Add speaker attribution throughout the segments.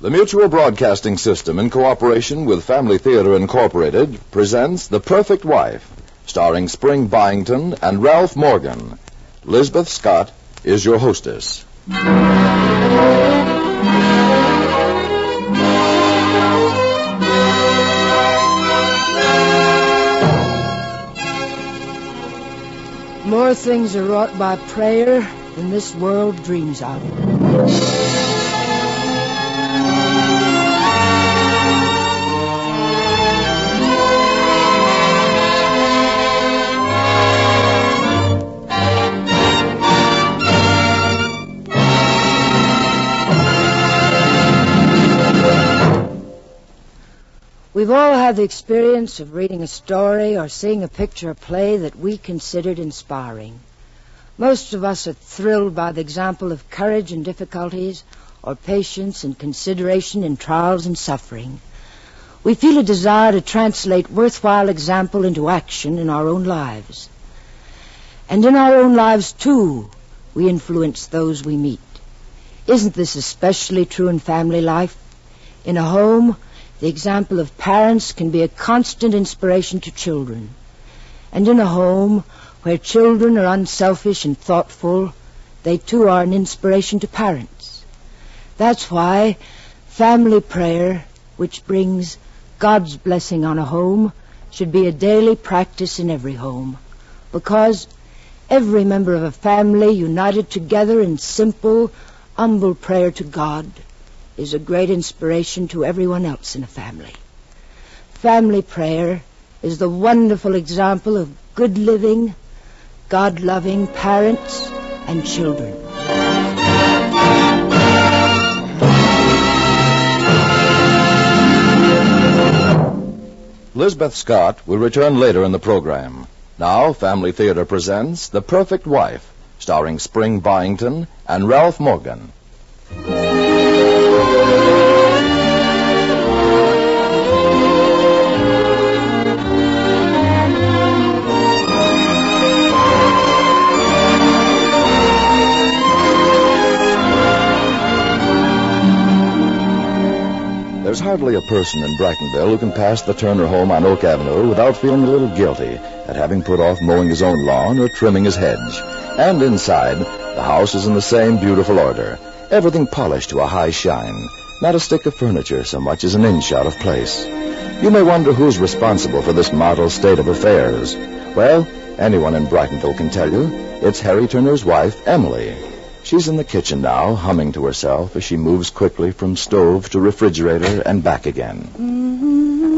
Speaker 1: The Mutual Broadcasting System, in cooperation with Family Theater Incorporated, presents The Perfect Wife, starring Spring Byington and Ralph Morgan. Lisbeth Scott is your hostess.
Speaker 2: More things are wrought by prayer than this world dreams of. We've all had the experience of reading a story or seeing a picture or play that we considered inspiring. Most of us are thrilled by the example of courage in difficulties or patience and consideration in trials and suffering. We feel a desire to translate worthwhile example into action in our own lives. And in our own lives, too, we influence those we meet. Isn't this especially true in family life? In a home, the example of parents can be a constant inspiration to children. And in a home where children are unselfish and thoughtful, they too are an inspiration to parents. That's why family prayer, which brings God's blessing on a home, should be a daily practice in every home. Because every member of a family united together in simple, humble prayer to God is a great inspiration to everyone else in a family. Family prayer is the wonderful example of good living, God loving parents and children.
Speaker 1: Lisbeth Scott will return later in the program. Now, Family Theater presents The Perfect Wife, starring Spring Byington and Ralph Morgan. There's hardly a person in Brackenville who can pass the Turner home on Oak Avenue without feeling a little guilty at having put off mowing his own lawn or trimming his hedge. And inside, the house is in the same beautiful order, everything polished to a high shine, not a stick of furniture so much as an inch out of place. You may wonder who's responsible for this model state of affairs. Well, anyone in Brackenville can tell you. It's Harry Turner's wife, Emily. She's in the kitchen now, humming to herself as she moves quickly from stove to refrigerator and back again.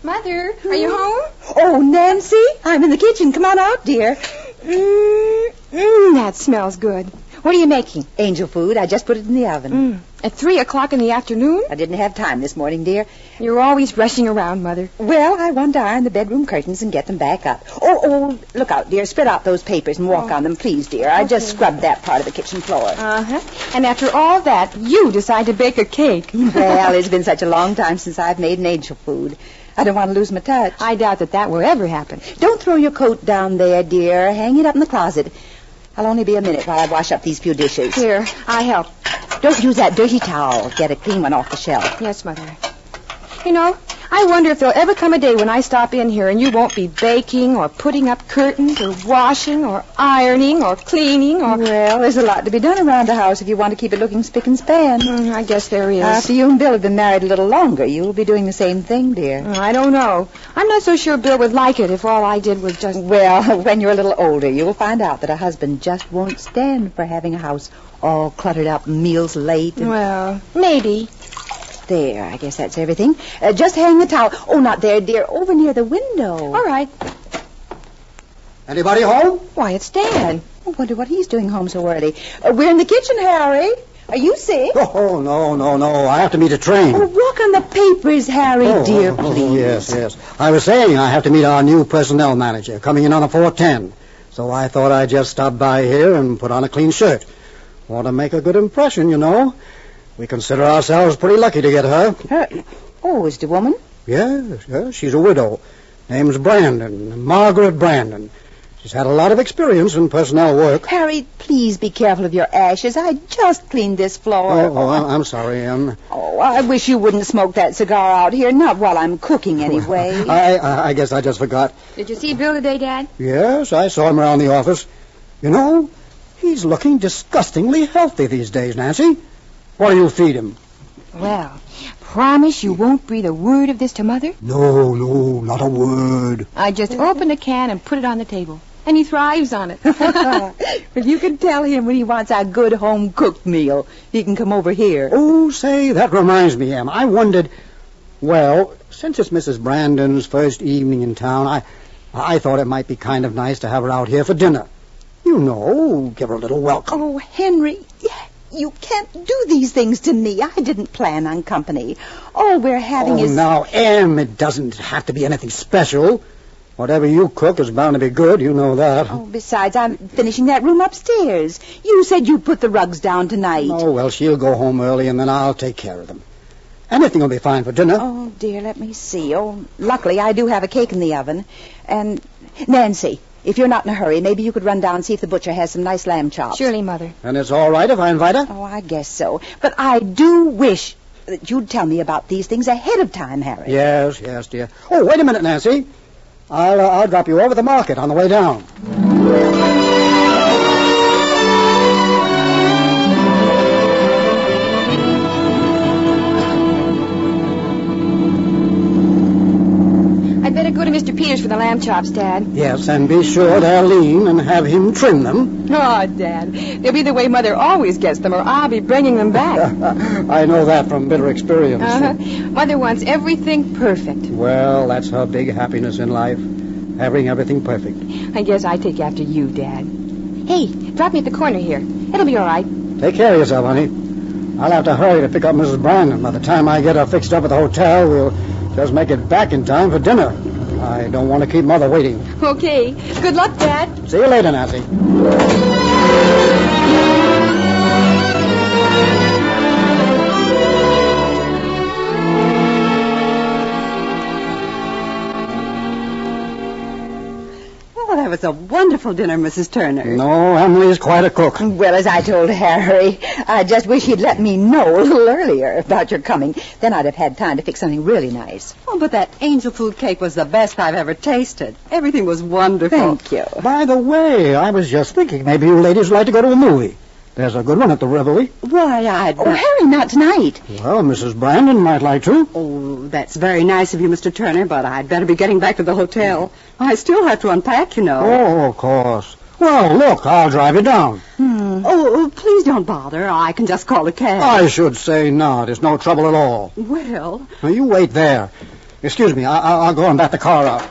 Speaker 3: Mother, are you home?
Speaker 4: Oh, Nancy, I'm in the kitchen. Come on out, dear. Mm, mm, that smells good. What are you making? Mm,
Speaker 5: Angel food. I just put it in the oven.
Speaker 3: At three o'clock in the afternoon?
Speaker 5: I didn't have time this morning, dear.
Speaker 3: You're always rushing around, Mother.
Speaker 5: Well, I wanted to iron the bedroom curtains and get them back up. Oh, oh, look out, dear. Spread out those papers and
Speaker 3: Oh.
Speaker 5: walk on them, please, dear. I just scrubbed that part of the kitchen floor.
Speaker 3: Uh huh. And after all that, you decide to bake a cake.
Speaker 5: well, it's been such a long time since I've made an angel food. I don't want to lose my touch.
Speaker 3: I doubt that that will ever happen.
Speaker 5: Don't throw your coat down there, dear. Hang it up in the closet. I'll only be a minute while I wash up these few dishes.
Speaker 3: Here, I help.
Speaker 5: Don't use that dirty towel. Get a clean one off the shelf.
Speaker 3: Yes, Mother. You know, I wonder if there'll ever come a day when I stop in here and you won't be baking or putting up curtains or washing or ironing or cleaning or.
Speaker 5: Well, there's a lot to be done around the house if you want to keep it looking spick and span.
Speaker 3: Mm, I guess there is.
Speaker 5: After you and Bill have been married a little longer, you'll be doing the same thing, dear.
Speaker 3: Mm, I don't know. I'm not so sure Bill would like it if all I did was just.
Speaker 5: Well, when you're a little older, you'll find out that a husband just won't stand for having a house all cluttered up, meals late. And...
Speaker 3: Well, maybe.
Speaker 5: There, I guess that's everything. Uh, just hang the towel. Oh, not there, dear. Over near the window.
Speaker 3: All right.
Speaker 6: Anybody home?
Speaker 3: Why, it's Dan.
Speaker 5: I wonder what he's doing home so early. Uh, we're in the kitchen, Harry. Are you sick?
Speaker 6: Oh, no, no, no. I have to meet a train.
Speaker 5: Oh, walk on the papers, Harry,
Speaker 6: Oh,
Speaker 5: dear,
Speaker 6: oh, oh,
Speaker 5: please.
Speaker 6: yes, yes. I was saying I have to meet our new personnel manager coming in on a 410. So I thought I'd just stop by here and put on a clean shirt. Want to make a good impression, you know. We consider ourselves pretty lucky to get her.
Speaker 5: Her- Oh, is it a woman?
Speaker 6: Yes, yes, she's a widow. Name's Brandon, Margaret Brandon. She's had a lot of experience in personnel work.
Speaker 2: Harry, please be careful of your ashes. I just cleaned this floor.
Speaker 6: Oh, oh, I- I'm sorry, Em.
Speaker 2: Oh, I wish you wouldn't smoke that cigar out here. Not while I'm
Speaker 6: Oh.
Speaker 2: cooking, anyway.
Speaker 6: I, I, I guess I just forgot.
Speaker 5: Did you see Bill today, Dad?
Speaker 6: Yes, I saw him around the office. You know, he's looking disgustingly healthy these days, Nancy. What do you feed him?
Speaker 5: Well, promise you won't breathe a word of this to Mother?
Speaker 6: No, no, not a word.
Speaker 5: I just opened a can and put it on the table. And he thrives on it.
Speaker 2: well, you can tell him when he wants a good home cooked meal. He can come over here.
Speaker 6: Oh, say, that reminds me, Em. I wondered. Well, since it's Mrs. Brandon's first evening in town, I, I thought it might be kind of nice to have her out here for dinner. You know, give her a little welcome.
Speaker 2: Oh, Henry, you can't do these things to me. I didn't plan on company. All we're having
Speaker 6: Oh,
Speaker 2: is.
Speaker 6: now, Em, it doesn't have to be anything special. Whatever you cook is bound to be good. You know that.
Speaker 2: Oh, besides, I'm finishing that room upstairs. You said you put the rugs down tonight.
Speaker 6: Oh, well, she'll go home early, and then I'll take care of them. Anything will be fine for dinner.
Speaker 2: Oh, dear, let me see. Oh, luckily, I do have a cake in the oven. And, Nancy, if you're not in a hurry, maybe you could run down and see if the butcher has some nice lamb chops.
Speaker 5: Surely, Mother.
Speaker 6: And it's all right if I invite her?
Speaker 2: Oh, I guess so. But I do wish that you'd tell me about these things ahead of time, Harry.
Speaker 6: Yes, yes, dear. Oh, wait a minute, Nancy. I'll, uh, I'll drop you over the market on the way down.
Speaker 5: I'd better go to Mr. Peters for the lamb chops, Dad.
Speaker 6: Yes, and be sure they're lean and have him trim them.
Speaker 5: Oh, Dad. They'll be the way Mother always gets them, or I'll be bringing them back.
Speaker 6: I know that from bitter experience.
Speaker 5: Uh-huh. Mother wants everything perfect.
Speaker 6: Well, that's her big happiness in life, having everything perfect.
Speaker 5: I guess I take after you, Dad. Hey, drop me at the corner here. It'll be all right.
Speaker 6: Take care of yourself, honey. I'll have to hurry to pick up Mrs. Brandon. By the time I get her fixed up at the hotel, we'll just make it back in time for dinner. I don't want to keep Mother waiting.
Speaker 5: Okay. Good luck, Dad.
Speaker 6: See you later, Nancy.
Speaker 4: Oh, that was a wonderful dinner, Mrs. Turner.
Speaker 6: No, Emily's quite a cook.
Speaker 2: Well, as I told Harry, I just wish he'd let me know a little earlier about your coming. Then I'd have had time to fix something really nice.
Speaker 4: Oh, but that angel food cake was the best I've ever tasted. Everything was wonderful.
Speaker 2: Thank you.
Speaker 6: By the way, I was just thinking maybe you ladies would like to go to a movie. There's a good one at the Reveille.
Speaker 4: Why, I'd.
Speaker 2: Oh, Harry, not tonight.
Speaker 6: Well, Mrs. Brandon might like to.
Speaker 4: Oh, that's very nice of you, Mr. Turner, but I'd better be getting back to the hotel. I still have to unpack, you know.
Speaker 6: Oh, of course. Well, look, I'll drive you down.
Speaker 2: Hmm.
Speaker 4: Oh, oh, please don't bother. I can just call a cab.
Speaker 6: I should say not. It's no trouble at all.
Speaker 4: Well,
Speaker 6: Now, you wait there. Excuse me, I- I- I'll go and back the car up.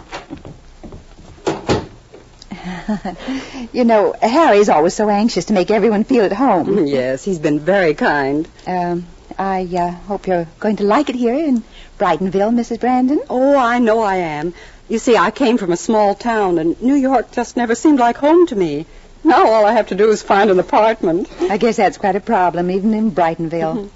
Speaker 2: You know, Harry's always so anxious to make everyone feel at
Speaker 6: Mm-hmm.
Speaker 2: home.
Speaker 4: yes, he's been very kind.
Speaker 2: Um, I uh, hope you're going to like it here in Brightonville, Mrs. Brandon.
Speaker 4: Oh, I know I am. You see, I came from a small town, and New York just never seemed like home to me. Now all I have to do is find an apartment.
Speaker 2: I guess that's quite a problem, even in
Speaker 6: Mm-hmm.
Speaker 2: Brightonville.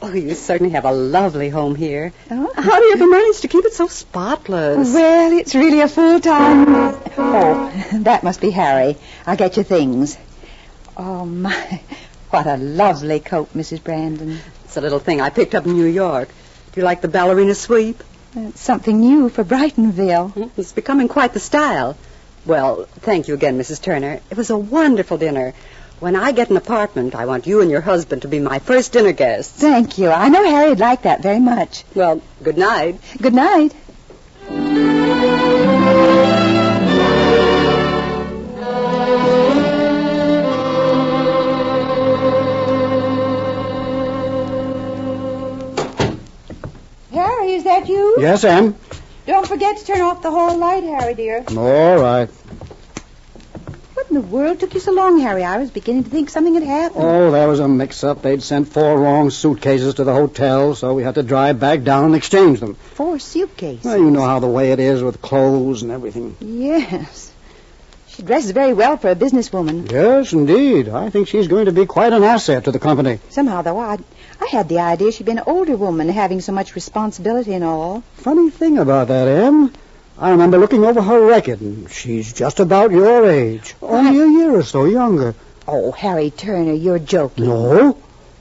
Speaker 4: Oh, you certainly have a lovely home here.
Speaker 2: Oh.
Speaker 4: How do you ever manage to keep it so spotless?
Speaker 2: Well, it's really a full time. Oh, that must be Harry. I'll get your things. Oh, my. What a lovely coat, Mrs. Brandon.
Speaker 4: It's a little thing I picked up in New York. Do you like the ballerina sweep? Hmm,
Speaker 2: It's Uh, something new for Brightonville.
Speaker 4: It's becoming quite the style. Well, thank you again, Mrs. Turner. It was a wonderful dinner. When I get an apartment, I want you and your husband to be my first dinner guests.
Speaker 2: Thank you. I know Harry'd like that very much.
Speaker 4: Well, good night.
Speaker 2: Good night.
Speaker 4: Harry, is that you?
Speaker 6: Yes, Em?
Speaker 4: Don't forget to turn off the hall light, Harry, dear.
Speaker 6: All right.
Speaker 2: What in the world took you so long, Harry? I was beginning to think something had happened.
Speaker 6: Oh, there was a mix-up. They'd sent four wrong suitcases to the hotel, so we had to drive back down and exchange them.
Speaker 2: Four suitcases.
Speaker 6: Well, you know how the way it is with clothes and everything.
Speaker 2: Yes. She dresses very well for a businesswoman.
Speaker 6: Yes, indeed. I think she's going to be quite an asset to the company.
Speaker 2: Somehow, though, I, I had the idea she'd been an older woman, having so much responsibility and all.
Speaker 6: Funny thing about that, Em. I remember looking over her record, and she's just about your age. Only a year or so younger.
Speaker 2: Oh, Harry Turner, you're joking.
Speaker 6: No?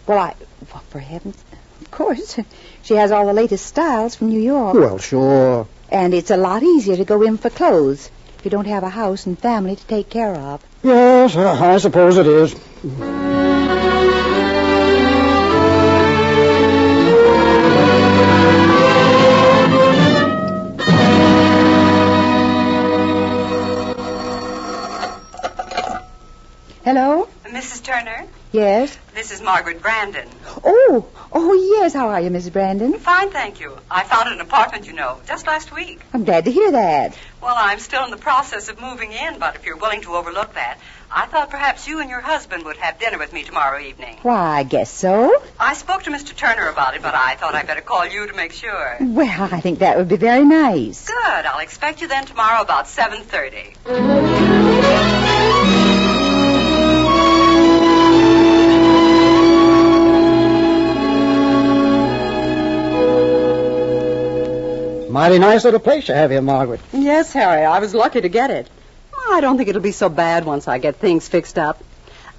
Speaker 2: Well, I. Well, for heaven's. Of course. She has all the latest styles from New York.
Speaker 6: Well, sure.
Speaker 2: And it's a lot easier to go in for clothes if you don't have a house and family to take care of.
Speaker 6: Yes, uh, I suppose it is.
Speaker 2: Hello?
Speaker 4: Mrs. Turner,
Speaker 2: Yes?
Speaker 4: this is Margaret Brandon.
Speaker 2: Oh, oh, yes. How are you, Mrs. Brandon?
Speaker 4: Fine, thank you. I found an apartment, you know, just last week.
Speaker 2: I'm glad to hear that.
Speaker 4: Well, I'm still in the process of moving in, but if you're willing to overlook that, I thought perhaps you and your husband would have dinner with me tomorrow evening.
Speaker 2: Why, I guess so.
Speaker 4: I spoke to Mr. Turner about it, but I thought I'd better call you to make sure.
Speaker 2: Well, I think that would be very nice.
Speaker 4: Good. I'll expect you then tomorrow about 7.30.
Speaker 6: Mighty nice little place you have here, Margaret.
Speaker 4: Yes, Harry, I was lucky to get it. Oh, I don't think it'll be so bad once I get things fixed up.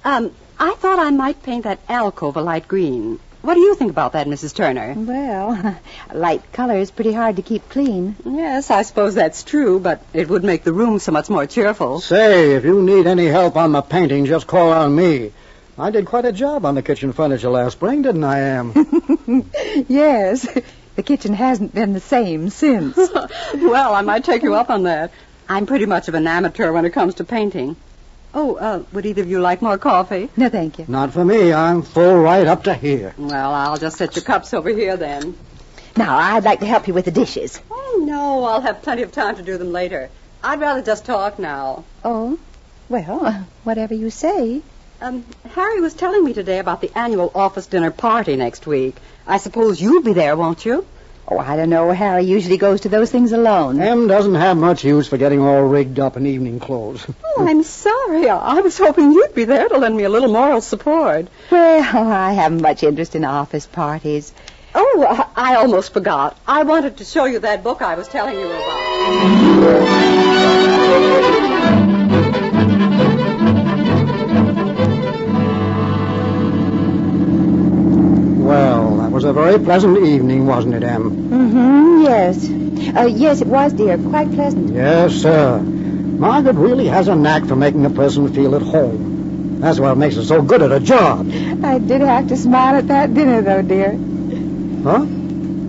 Speaker 4: Um, I thought I might paint that alcove a light green. What do you think about that, Mrs. Turner?
Speaker 2: Well, light color is pretty hard to keep clean.
Speaker 4: Yes, I suppose that's true, but it would make the room so much more cheerful.
Speaker 6: Say, if you need any help on the painting, just call on me. I did quite a job on the kitchen furniture last spring, didn't I, Em?
Speaker 2: yes. The kitchen hasn't been the same since.
Speaker 4: well, I might take you up on that. I'm pretty much of an amateur when it comes to painting. Oh, uh, would either of you like more coffee?
Speaker 2: no, thank you.
Speaker 6: Not for me. I'm full right up to here.
Speaker 4: Well, I'll just set your cups over here then.
Speaker 2: Now, I'd like to help you with the dishes.
Speaker 4: Oh, no, I'll have plenty of time to do them later. I'd rather just talk now.
Speaker 2: Oh, well, whatever you say.
Speaker 4: Um, Harry was telling me today about the annual office dinner party next week. I suppose you'll be there, won't you?
Speaker 2: Oh, I don't know. Harry usually goes to those things alone.
Speaker 6: Em doesn't have much use for getting all rigged up in evening clothes.
Speaker 4: Oh, I'm sorry. I was hoping you'd be there to lend me a little moral support.
Speaker 2: Well, I haven't much interest in office parties.
Speaker 4: Oh, I- I almost forgot. I wanted to show you that book I was telling you about.
Speaker 6: Well, that was a very pleasant evening, wasn't it, Em?
Speaker 2: Mm-hmm, yes. Uh, yes, it was, dear. Quite pleasant.
Speaker 6: Yes, sir. Margaret really has a knack for making a person feel at home. That's what makes her so good at her job.
Speaker 2: I did have to smile at that dinner, though, dear.
Speaker 6: Huh?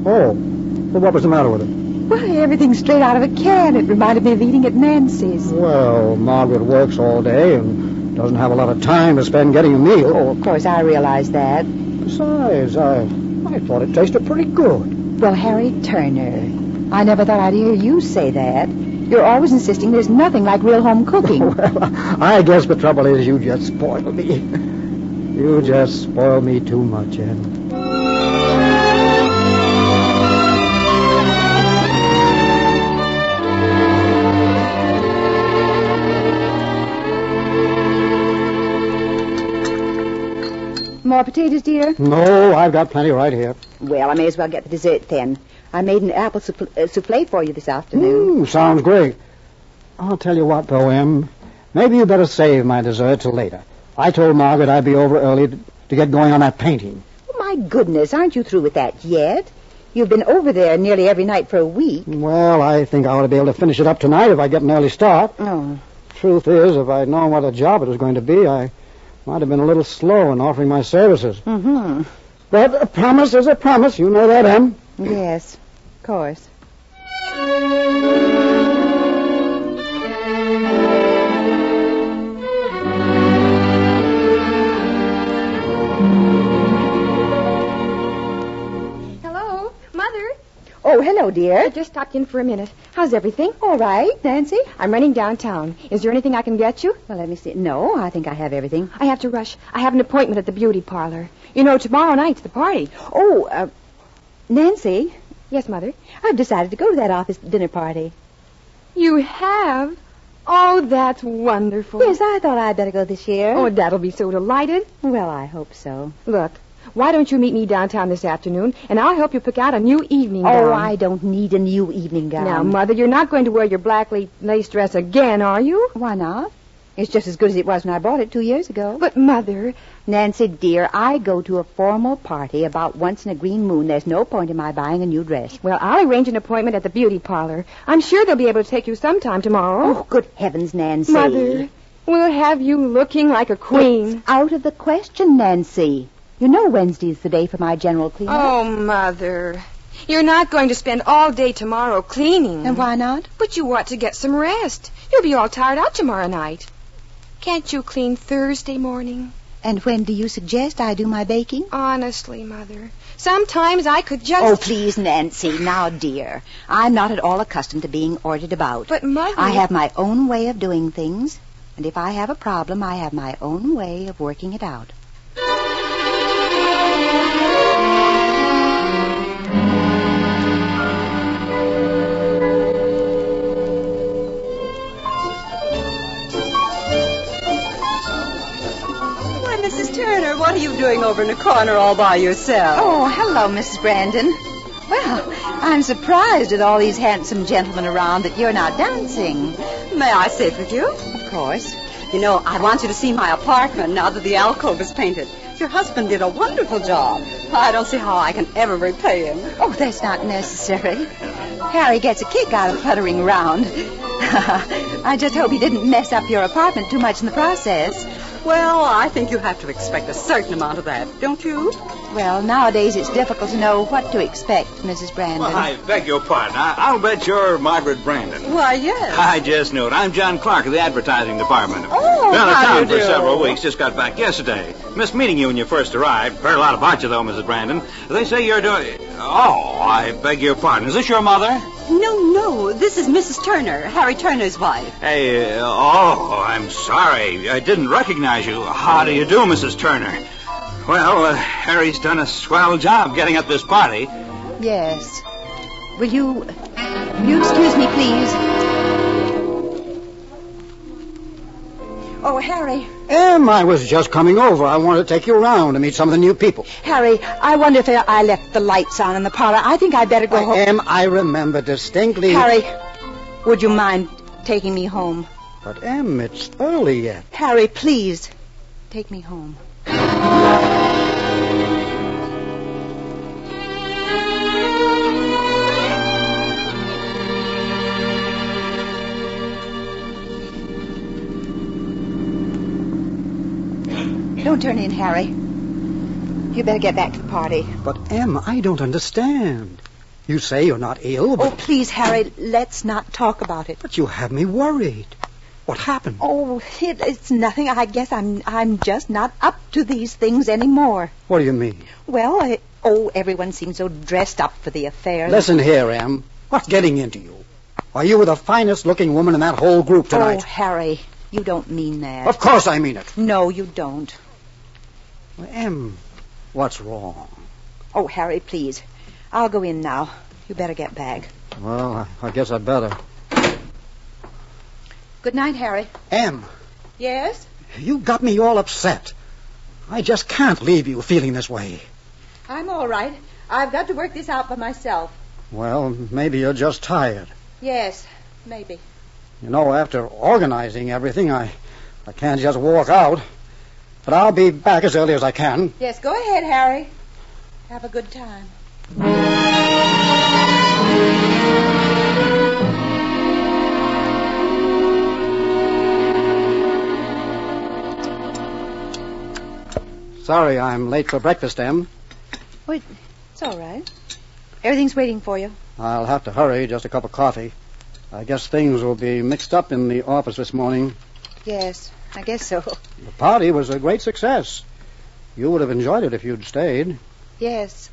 Speaker 6: Oh. Well, what was the matter with it?
Speaker 2: Why, everything straight out of a can. It reminded me of eating at Nancy's.
Speaker 6: Well, Margaret works all day and doesn't have a lot of time to spend getting a meal.
Speaker 2: Oh, of course, I realize that.
Speaker 6: Besides, I, I thought it tasted pretty good.
Speaker 2: Well, Harry Turner, I never thought I'd hear you say that. You're always insisting there's nothing like real home cooking.
Speaker 6: Well, I guess the trouble is you just spoil me. You just spoil me too much, Em.
Speaker 2: More potatoes, dear?
Speaker 6: No, I've got plenty right here.
Speaker 2: Well, I may as well get the dessert then. I made an apple souffle, uh, souffle for you this afternoon.
Speaker 6: Mm, sounds great. I'll tell you what, though, Em. Maybe you better save my dessert till later. I told Margaret I'd be over early to, to get going on that painting.
Speaker 2: Oh, my goodness, aren't you through with that yet? You've been over there nearly every night for a week.
Speaker 6: Well, I think I ought to be able to finish it up tonight if I get an early start.
Speaker 2: Oh.
Speaker 6: Truth is, if I'd known what a job it was going to be, I might have been a little slow in offering my services.
Speaker 2: Mm-hmm.
Speaker 6: But a promise is a promise. You know that, Em.
Speaker 2: Yes, of course.
Speaker 5: Hello, Mother.
Speaker 2: Oh, hello,
Speaker 5: I
Speaker 2: dear.
Speaker 5: just stopped in for a minute. How's everything?
Speaker 2: All right, Nancy.
Speaker 5: I'm running downtown. Is there anything I can get you?
Speaker 2: Well, let me see. No, I think I have everything.
Speaker 5: I have to rush. I have an appointment at the beauty parlor. You know, tomorrow night's the party.
Speaker 2: Oh, uh, Nancy,
Speaker 5: Yes, Mother.
Speaker 2: I've decided to go to that office dinner party.
Speaker 5: You have? Oh, that's wonderful.
Speaker 3: Oh,
Speaker 2: Yes, I thought I'd better go this year.
Speaker 5: Oh, Dad'll be so delighted.
Speaker 2: well, I hope so.
Speaker 5: Look,
Speaker 3: Why don't you meet me downtown this afternoon, and I'll help you pick out a new evening gown.
Speaker 5: Oh, I don't need a new evening gown.
Speaker 3: Now, Mother, you're not going to wear your black la- lace dress again, are you?
Speaker 5: Why not? It's just as good as it was when I bought it two years ago.
Speaker 3: But, Mother,
Speaker 5: Nancy, dear, I go to a formal party about once in a green moon. There's no point in my buying a new dress.
Speaker 3: well, I'll arrange an appointment at the beauty parlor. I'm sure they'll be able to take you sometime tomorrow.
Speaker 5: Oh, good heavens, Nancy.
Speaker 3: Mother, we'll have you looking like a queen.
Speaker 5: It's out of the question, Nancy. You know Wednesday's the day for my general cleaning.
Speaker 3: Oh, Mother, you're not going to spend all day tomorrow cleaning.
Speaker 5: And why not?
Speaker 3: But you ought to get some rest. You'll be all tired out tomorrow night. Can't you clean Thursday morning?
Speaker 5: And when do you suggest I do my baking?
Speaker 3: Honestly, Mother, sometimes I could just.
Speaker 5: Oh, please, Nancy. Now, dear, I'm not at all accustomed to being ordered about.
Speaker 3: But, Mother.
Speaker 5: I have my own way of doing things, and if I have a problem, I have my own way of working it out.
Speaker 4: Why, Mrs. Turner, what are you doing over in the corner all by yourself?
Speaker 5: Oh, hello, Mrs. Brandon. Well, I'm surprised at all these handsome gentlemen around that you're not dancing.
Speaker 4: may I sit with you?
Speaker 5: Of course.
Speaker 4: You know, I want you to see my apartment now that the alcove is painted. Your husband did a wonderful job. I don't see how I can ever repay him.
Speaker 5: Oh, that's not necessary. Harry gets a kick out of puttering around. I just hope he didn't mess up your apartment too much in the process.
Speaker 4: Well, I think you have to expect a certain amount of that, don't you?
Speaker 5: Well, nowadays it's difficult to know what to expect, Mrs. Brandon.
Speaker 7: Well, I beg your pardon. I, I'll bet you're Margaret Brandon.
Speaker 4: Why, yes.
Speaker 7: I just knew it. I'm John Clark of the advertising department.
Speaker 4: Oh,
Speaker 7: Been out of
Speaker 4: how do
Speaker 7: town
Speaker 4: you
Speaker 7: for
Speaker 4: do?
Speaker 7: several weeks. Just got back yesterday. Missed meeting you when you first arrived. Heard a lot about you, though, Mrs. Brandon. They say you're doing... Oh, I beg your pardon. Is this your mother?
Speaker 4: No, no. This is Mrs. Turner, Harry Turner's wife.
Speaker 7: Hey, uh, oh, I'm sorry. I didn't recognize you. How do you do, Mrs. Turner? Well, uh, Harry's done a swell job getting up this party.
Speaker 5: Yes. Will you. Will you excuse me, please? Oh, Harry.
Speaker 6: Em, I was just coming over. I wanted to take you around to meet some of the new people.
Speaker 5: Harry, I wonder if I left the lights on in the parlor. I think I'd better go home.
Speaker 6: Em, I remember distinctly.
Speaker 5: Harry, would you mind taking me home?
Speaker 6: But, Em, it's early yet.
Speaker 5: Harry, please, take me home. Don't turn in, Harry. You better get back to the party.
Speaker 6: But, Em, I don't understand. You say you're not ill,
Speaker 5: Oh,
Speaker 6: but,
Speaker 5: please, Harry, let's not talk about it.
Speaker 6: but you have me worried. What happened?
Speaker 5: Oh, it, it's nothing. I guess I'm I'm just not up to these things anymore.
Speaker 6: What do you mean?
Speaker 5: Well, it, oh, everyone seems so dressed up for the affair.
Speaker 6: Listen here, Em. What's getting into you? Why, you were the finest looking woman in that whole group
Speaker 5: oh,
Speaker 6: tonight.
Speaker 5: Harry, you don't mean that.
Speaker 6: Of course I mean it.
Speaker 5: No, you don't.
Speaker 6: Well, Em, what's wrong?
Speaker 5: Oh, Harry, please. I'll go in now. You better get back.
Speaker 6: Well, I, I guess I'd better.
Speaker 5: Good night, Harry.
Speaker 6: Em,
Speaker 5: Yes?
Speaker 6: you got me all upset. I just can't leave you feeling this way.
Speaker 5: I'm all right. I've got to work this out by myself.
Speaker 6: Well, maybe you're just tired.
Speaker 5: Yes, maybe.
Speaker 6: You know, after organizing everything, I, I can't just walk out. But I'll be back as early as I can.
Speaker 5: Yes, go ahead, Harry. Have a good time.
Speaker 6: Sorry I'm late for breakfast, Em.
Speaker 5: Wait, it's all right. Everything's waiting for you.
Speaker 6: I'll have to hurry, just a cup of coffee. I guess things will be mixed up in the office this morning.
Speaker 5: Yes, I guess so.
Speaker 6: The party was a great success. You would have enjoyed it if you'd stayed.
Speaker 5: Yes.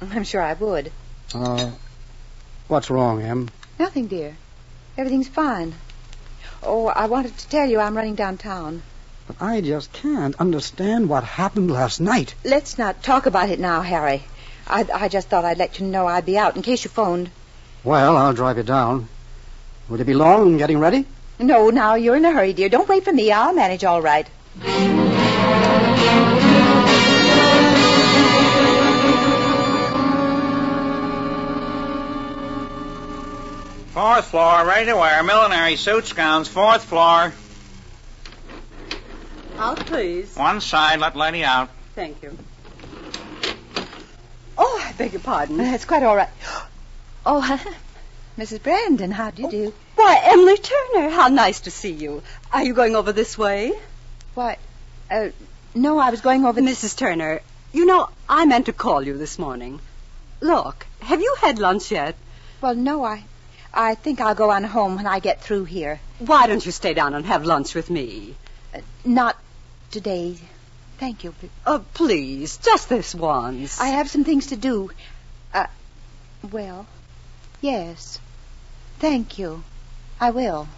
Speaker 5: I'm sure I would.
Speaker 6: Uh, what's wrong, Em?
Speaker 5: Nothing, dear. Everything's fine. Oh, I wanted to tell you I'm running downtown.
Speaker 6: But I just can't understand what happened last night.
Speaker 5: Let's not talk about it now, Harry. I, I just thought I'd let you know I'd be out in case you phoned.
Speaker 6: Well, I'll drive you down. Will you be long in getting ready?
Speaker 5: No, now you're in a hurry, dear. Don't wait for me. I'll manage all right.
Speaker 7: fourth floor, ready to wear. Millinery suits, gowns, fourth floor.
Speaker 4: Out, Oh, please.
Speaker 7: One side, let lady out.
Speaker 4: Thank you. Oh, I beg your pardon.
Speaker 5: It's quite all right. Oh, Mrs. Brandon, how do you do?
Speaker 4: Why, Emily Turner, how nice to see you. Are you going over this way?
Speaker 5: Why, uh, no, I was going over.
Speaker 4: Mrs. Turner, you know, I meant to call you this morning. Look, have you had lunch yet?
Speaker 5: Well, no, I, I think I'll go on home when I get through here.
Speaker 4: Why don't you stay down and have lunch with me?
Speaker 5: Not today, thank you. but
Speaker 4: Oh, please, just this once.
Speaker 5: I have some things to do. Uh, well, yes, thank you. I will.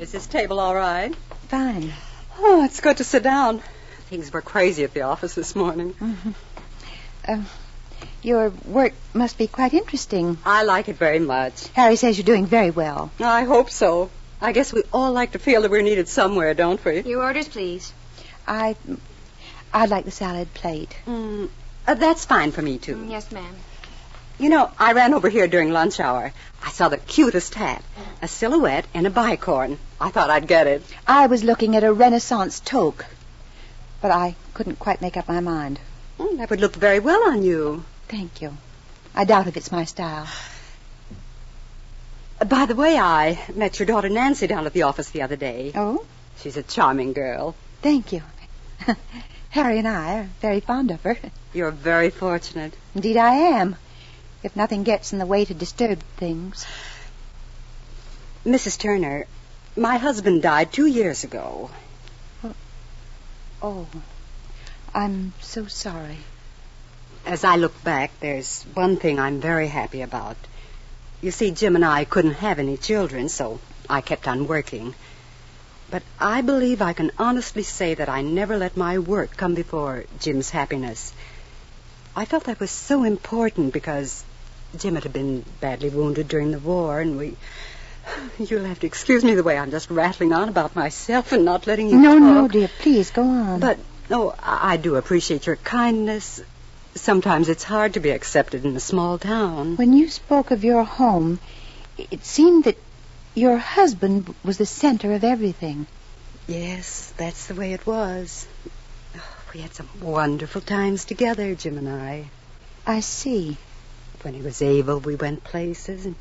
Speaker 4: Is this table all right?
Speaker 5: Fine.
Speaker 4: Oh, it's good to sit down. Things were crazy at the office this morning.
Speaker 5: Your work must be quite interesting.
Speaker 4: I like it very much.
Speaker 5: Harry says you're doing very well.
Speaker 4: Oh, I hope so. I guess we all like to feel that we're needed somewhere, don't we?
Speaker 3: Your orders, please.
Speaker 5: I, I'd like the salad plate.
Speaker 4: Mm, uh, that's fine for me, too.
Speaker 3: Mm, Yes, ma'am.
Speaker 4: You know, I ran over here during lunch hour. I saw the cutest hat, a silhouette and a bicorn. I thought I'd get it.
Speaker 5: I was looking at a Renaissance toque, but I couldn't quite make up my mind.
Speaker 4: Mm, that would look very well on you.
Speaker 5: Thank you. I doubt if it's my style.
Speaker 4: Uh, By the way, I met your daughter Nancy down at the office the other day.
Speaker 5: Oh,
Speaker 4: She's a charming girl.
Speaker 5: thank you. Harry and I are very fond of her.
Speaker 4: You're very fortunate.
Speaker 5: Indeed, I am. If nothing gets in the way to disturb things.
Speaker 4: Mrs. Turner, my husband died two years ago.
Speaker 5: Oh, I'm so sorry.
Speaker 4: As I look back, there's one thing I'm very happy about. You see, Jim and I couldn't have any children, so I kept on working. But I believe I can honestly say that I never let my work come before Jim's happiness. I felt that was so important because Jim had been badly wounded during the war, and we. You'll have to excuse me the way I'm just rattling on about myself and not letting you.
Speaker 5: No, no,
Speaker 4: talk.
Speaker 5: dear, please go on.
Speaker 4: But, oh, I I do appreciate your kindness. Sometimes it's hard to be accepted in a small town.
Speaker 5: when you spoke of your home, it seemed that your husband was the center of everything.
Speaker 4: Yes, that's the way it was. Oh, We had some wonderful times together, Jim and I.
Speaker 5: I see.
Speaker 4: When he was able, we went places, and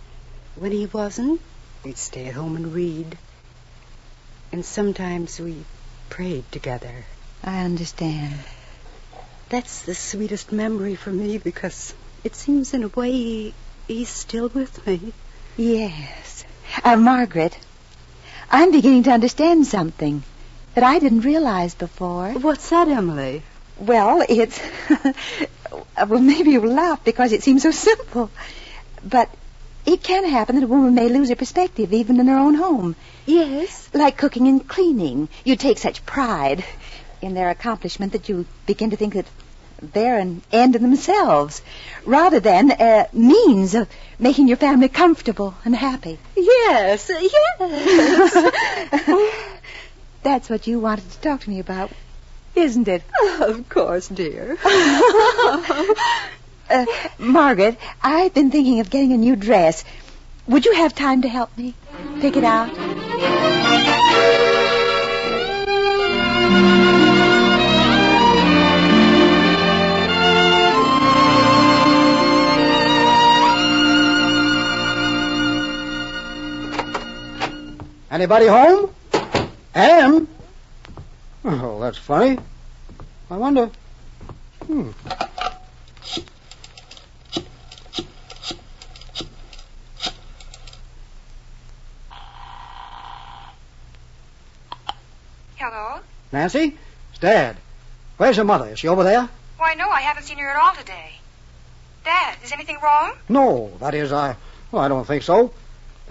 Speaker 4: when he wasn't, we'd stay at home and read. And sometimes we prayed together.
Speaker 5: I understand.
Speaker 4: That's the sweetest memory for me because it seems, in a way, he, he's still with me.
Speaker 5: Yes. Uh, Margaret, I'm beginning to understand something that I didn't realize before.
Speaker 4: What's that, Emily?
Speaker 5: Well, it's. well, maybe you'll laugh because it seems so simple. But it can happen that a woman may lose her perspective even in her own home.
Speaker 4: Yes.
Speaker 5: Like cooking and cleaning. You take such pride in their accomplishment that you begin to think that they're an end in themselves rather than a means of making your family comfortable and happy.
Speaker 4: Yes, yes.
Speaker 5: That's what you wanted to talk to me about, isn't it?
Speaker 4: Oh, of course, dear.
Speaker 5: Uh, Margaret, I've been thinking of getting a new dress. Would you have time to help me pick it out?
Speaker 6: Anybody home? Em? Oh, that's funny. I wonder. Hmm.
Speaker 8: Hello?
Speaker 6: Nancy? It's Dad. Where's your mother? Is she over there?
Speaker 8: Why, no, I haven't seen her at all today. Dad, is anything wrong?
Speaker 6: No, that is, I. Well, I don't think so.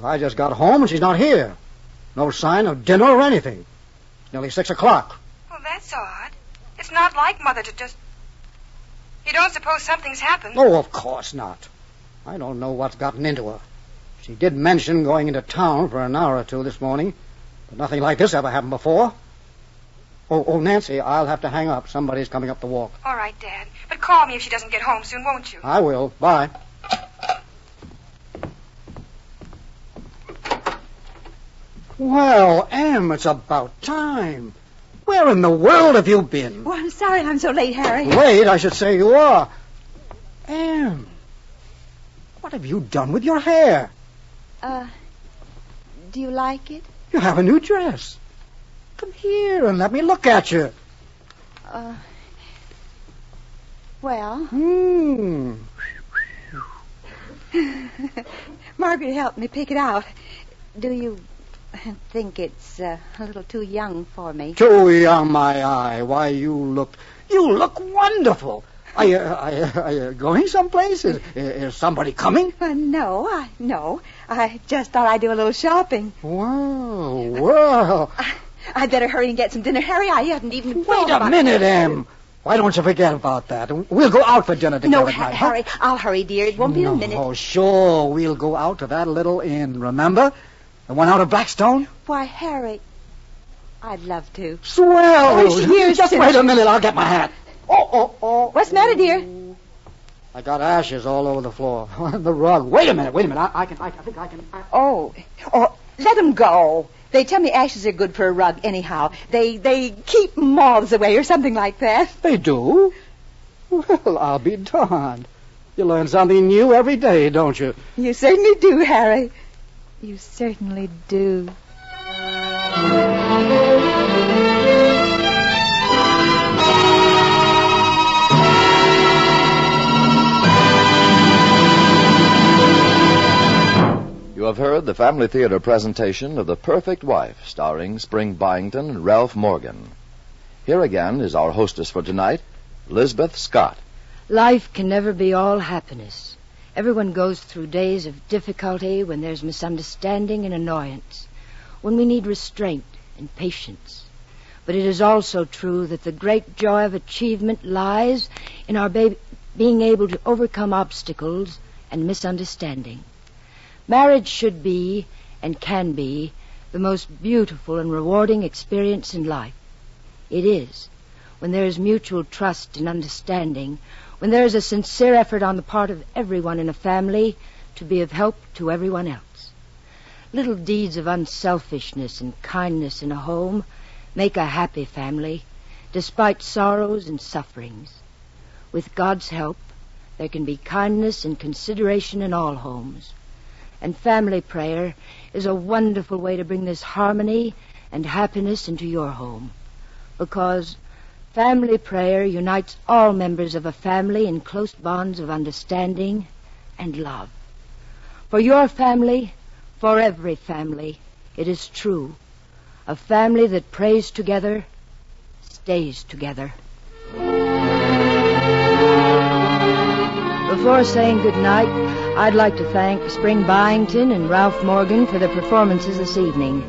Speaker 6: But I just got home and she's not here. No sign of dinner or anything. It's nearly six o'clock.
Speaker 8: Well, that's odd. It's not like Mother to just. You don't suppose something's happened?
Speaker 6: No, of course not. I don't know what's gotten into her. She did mention going into town for an hour or two this morning. But nothing like this ever happened before. Oh, oh, Nancy, I'll have to hang up. Somebody's coming up the walk.
Speaker 8: All right, Dad. But call me if she doesn't get home soon, won't you?
Speaker 6: I will. Bye. Well, Em, it's about time. Where in the world have you been?
Speaker 5: Oh, I'm sorry I'm so late, Harry.
Speaker 6: Late, I should say you are. Em, what have you done with your hair?
Speaker 5: Uh, do you like it?
Speaker 6: You have a new dress. Come here and let me look at you.
Speaker 5: Uh, well,
Speaker 6: Hmm.
Speaker 5: Margaret helped me pick it out. Do you think it's uh, a little too young for me?
Speaker 6: Too young, my eye. Why, you look... You look wonderful. Are you, are you, are you going someplace? Is, is somebody coming?
Speaker 5: Uh, no, I no. I just thought I'd do a little shopping.
Speaker 6: Well, well.
Speaker 5: I, I'd better hurry and get some dinner, Harry. I haven't even thought
Speaker 6: Wait a
Speaker 5: about-
Speaker 6: minute, Em. Why don't you forget about that? We'll go out for dinner together
Speaker 5: No,
Speaker 6: tonight.
Speaker 5: Ha-
Speaker 6: huh?
Speaker 5: Harry, I'll hurry, dear. It won't be
Speaker 6: no,
Speaker 5: a minute.
Speaker 6: Oh, sure. We'll go out to that little inn, remember? The one out of Blackstone?
Speaker 5: Why, Harry, I'd love to.
Speaker 6: Swell.
Speaker 5: Oh, here's
Speaker 6: Just
Speaker 5: it.
Speaker 6: wait a minute. I'll get my hat. Oh, oh, oh.
Speaker 5: What's the matter, dear?
Speaker 6: I got ashes all over the floor, on the rug. Wait a minute, wait a minute. I, I can, I, I think I can. I...
Speaker 5: Oh, oh, let 'em go. They tell me ashes are good for a rug, anyhow. They they keep moths away or something like that.
Speaker 6: They do. Well, I'll be darned. You learn something new every day, don't you?
Speaker 5: You certainly do, Harry. You certainly do.
Speaker 1: You have heard the Family Theater presentation of The Perfect Wife, starring Spring Byington and Ralph Morgan. Here again is our hostess for tonight, Lisbeth Scott.
Speaker 2: Life can never be all happiness. Everyone goes through days of difficulty when there's misunderstanding and annoyance, when we need restraint and patience. But it is also true that the great joy of achievement lies in our ba- being able to overcome obstacles and misunderstanding. Marriage should be, and can be, the most beautiful and rewarding experience in life. It is, when there is mutual trust and understanding when there is a sincere effort on the part of everyone in a family to be of help to everyone else. Little deeds of unselfishness and kindness in a home make a happy family, despite sorrows and sufferings. With God's help, there can be kindness and consideration in all homes. And family prayer is a wonderful way to bring this harmony and happiness into your home. Because Family prayer unites all members of a family in close bonds of understanding and love. For your family, for every family, it is true. A family that prays together stays together. Before saying goodnight, I'd like to thank Spring Byington and Ralph Morgan for their performances this evening.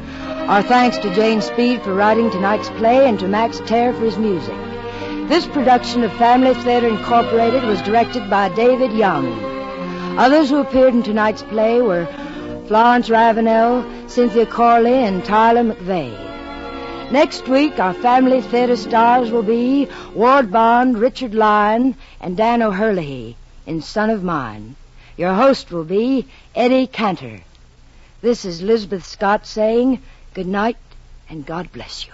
Speaker 2: Our thanks to Jane Speed for writing tonight's play and to Max Terre for his music. This production of Family Theater Incorporated was directed by David Young. Others who appeared in tonight's play were Florence Ravenel, Cynthia Corley, and Tyler McVeigh. Next week, our Family Theater stars will be Ward Bond, Richard Lyon, and Dan O'Herlihy in Son of Mine. Your host will be Eddie Cantor. This is Lisbeth Scott saying good night and God bless you.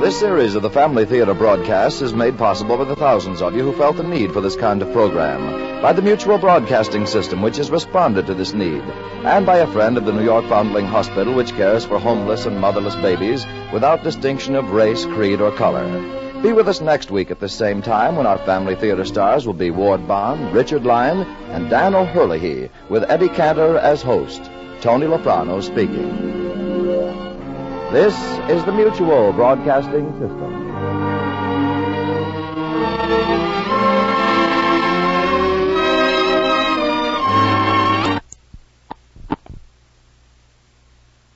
Speaker 1: This series of the Family Theater broadcasts is made possible by the thousands of you who felt the need for this kind of program, by the Mutual Broadcasting System, which has responded to this need, and by a friend of the New York Foundling Hospital, which cares for homeless and motherless babies without distinction of race, creed, or color. Be with us next week at the same time when our Family Theater stars will be Ward Bond, Richard Lyon, and Dan O'Herlihy, with Eddie Cantor as host. Tony Loprano speaking. This is the Mutual Broadcasting System.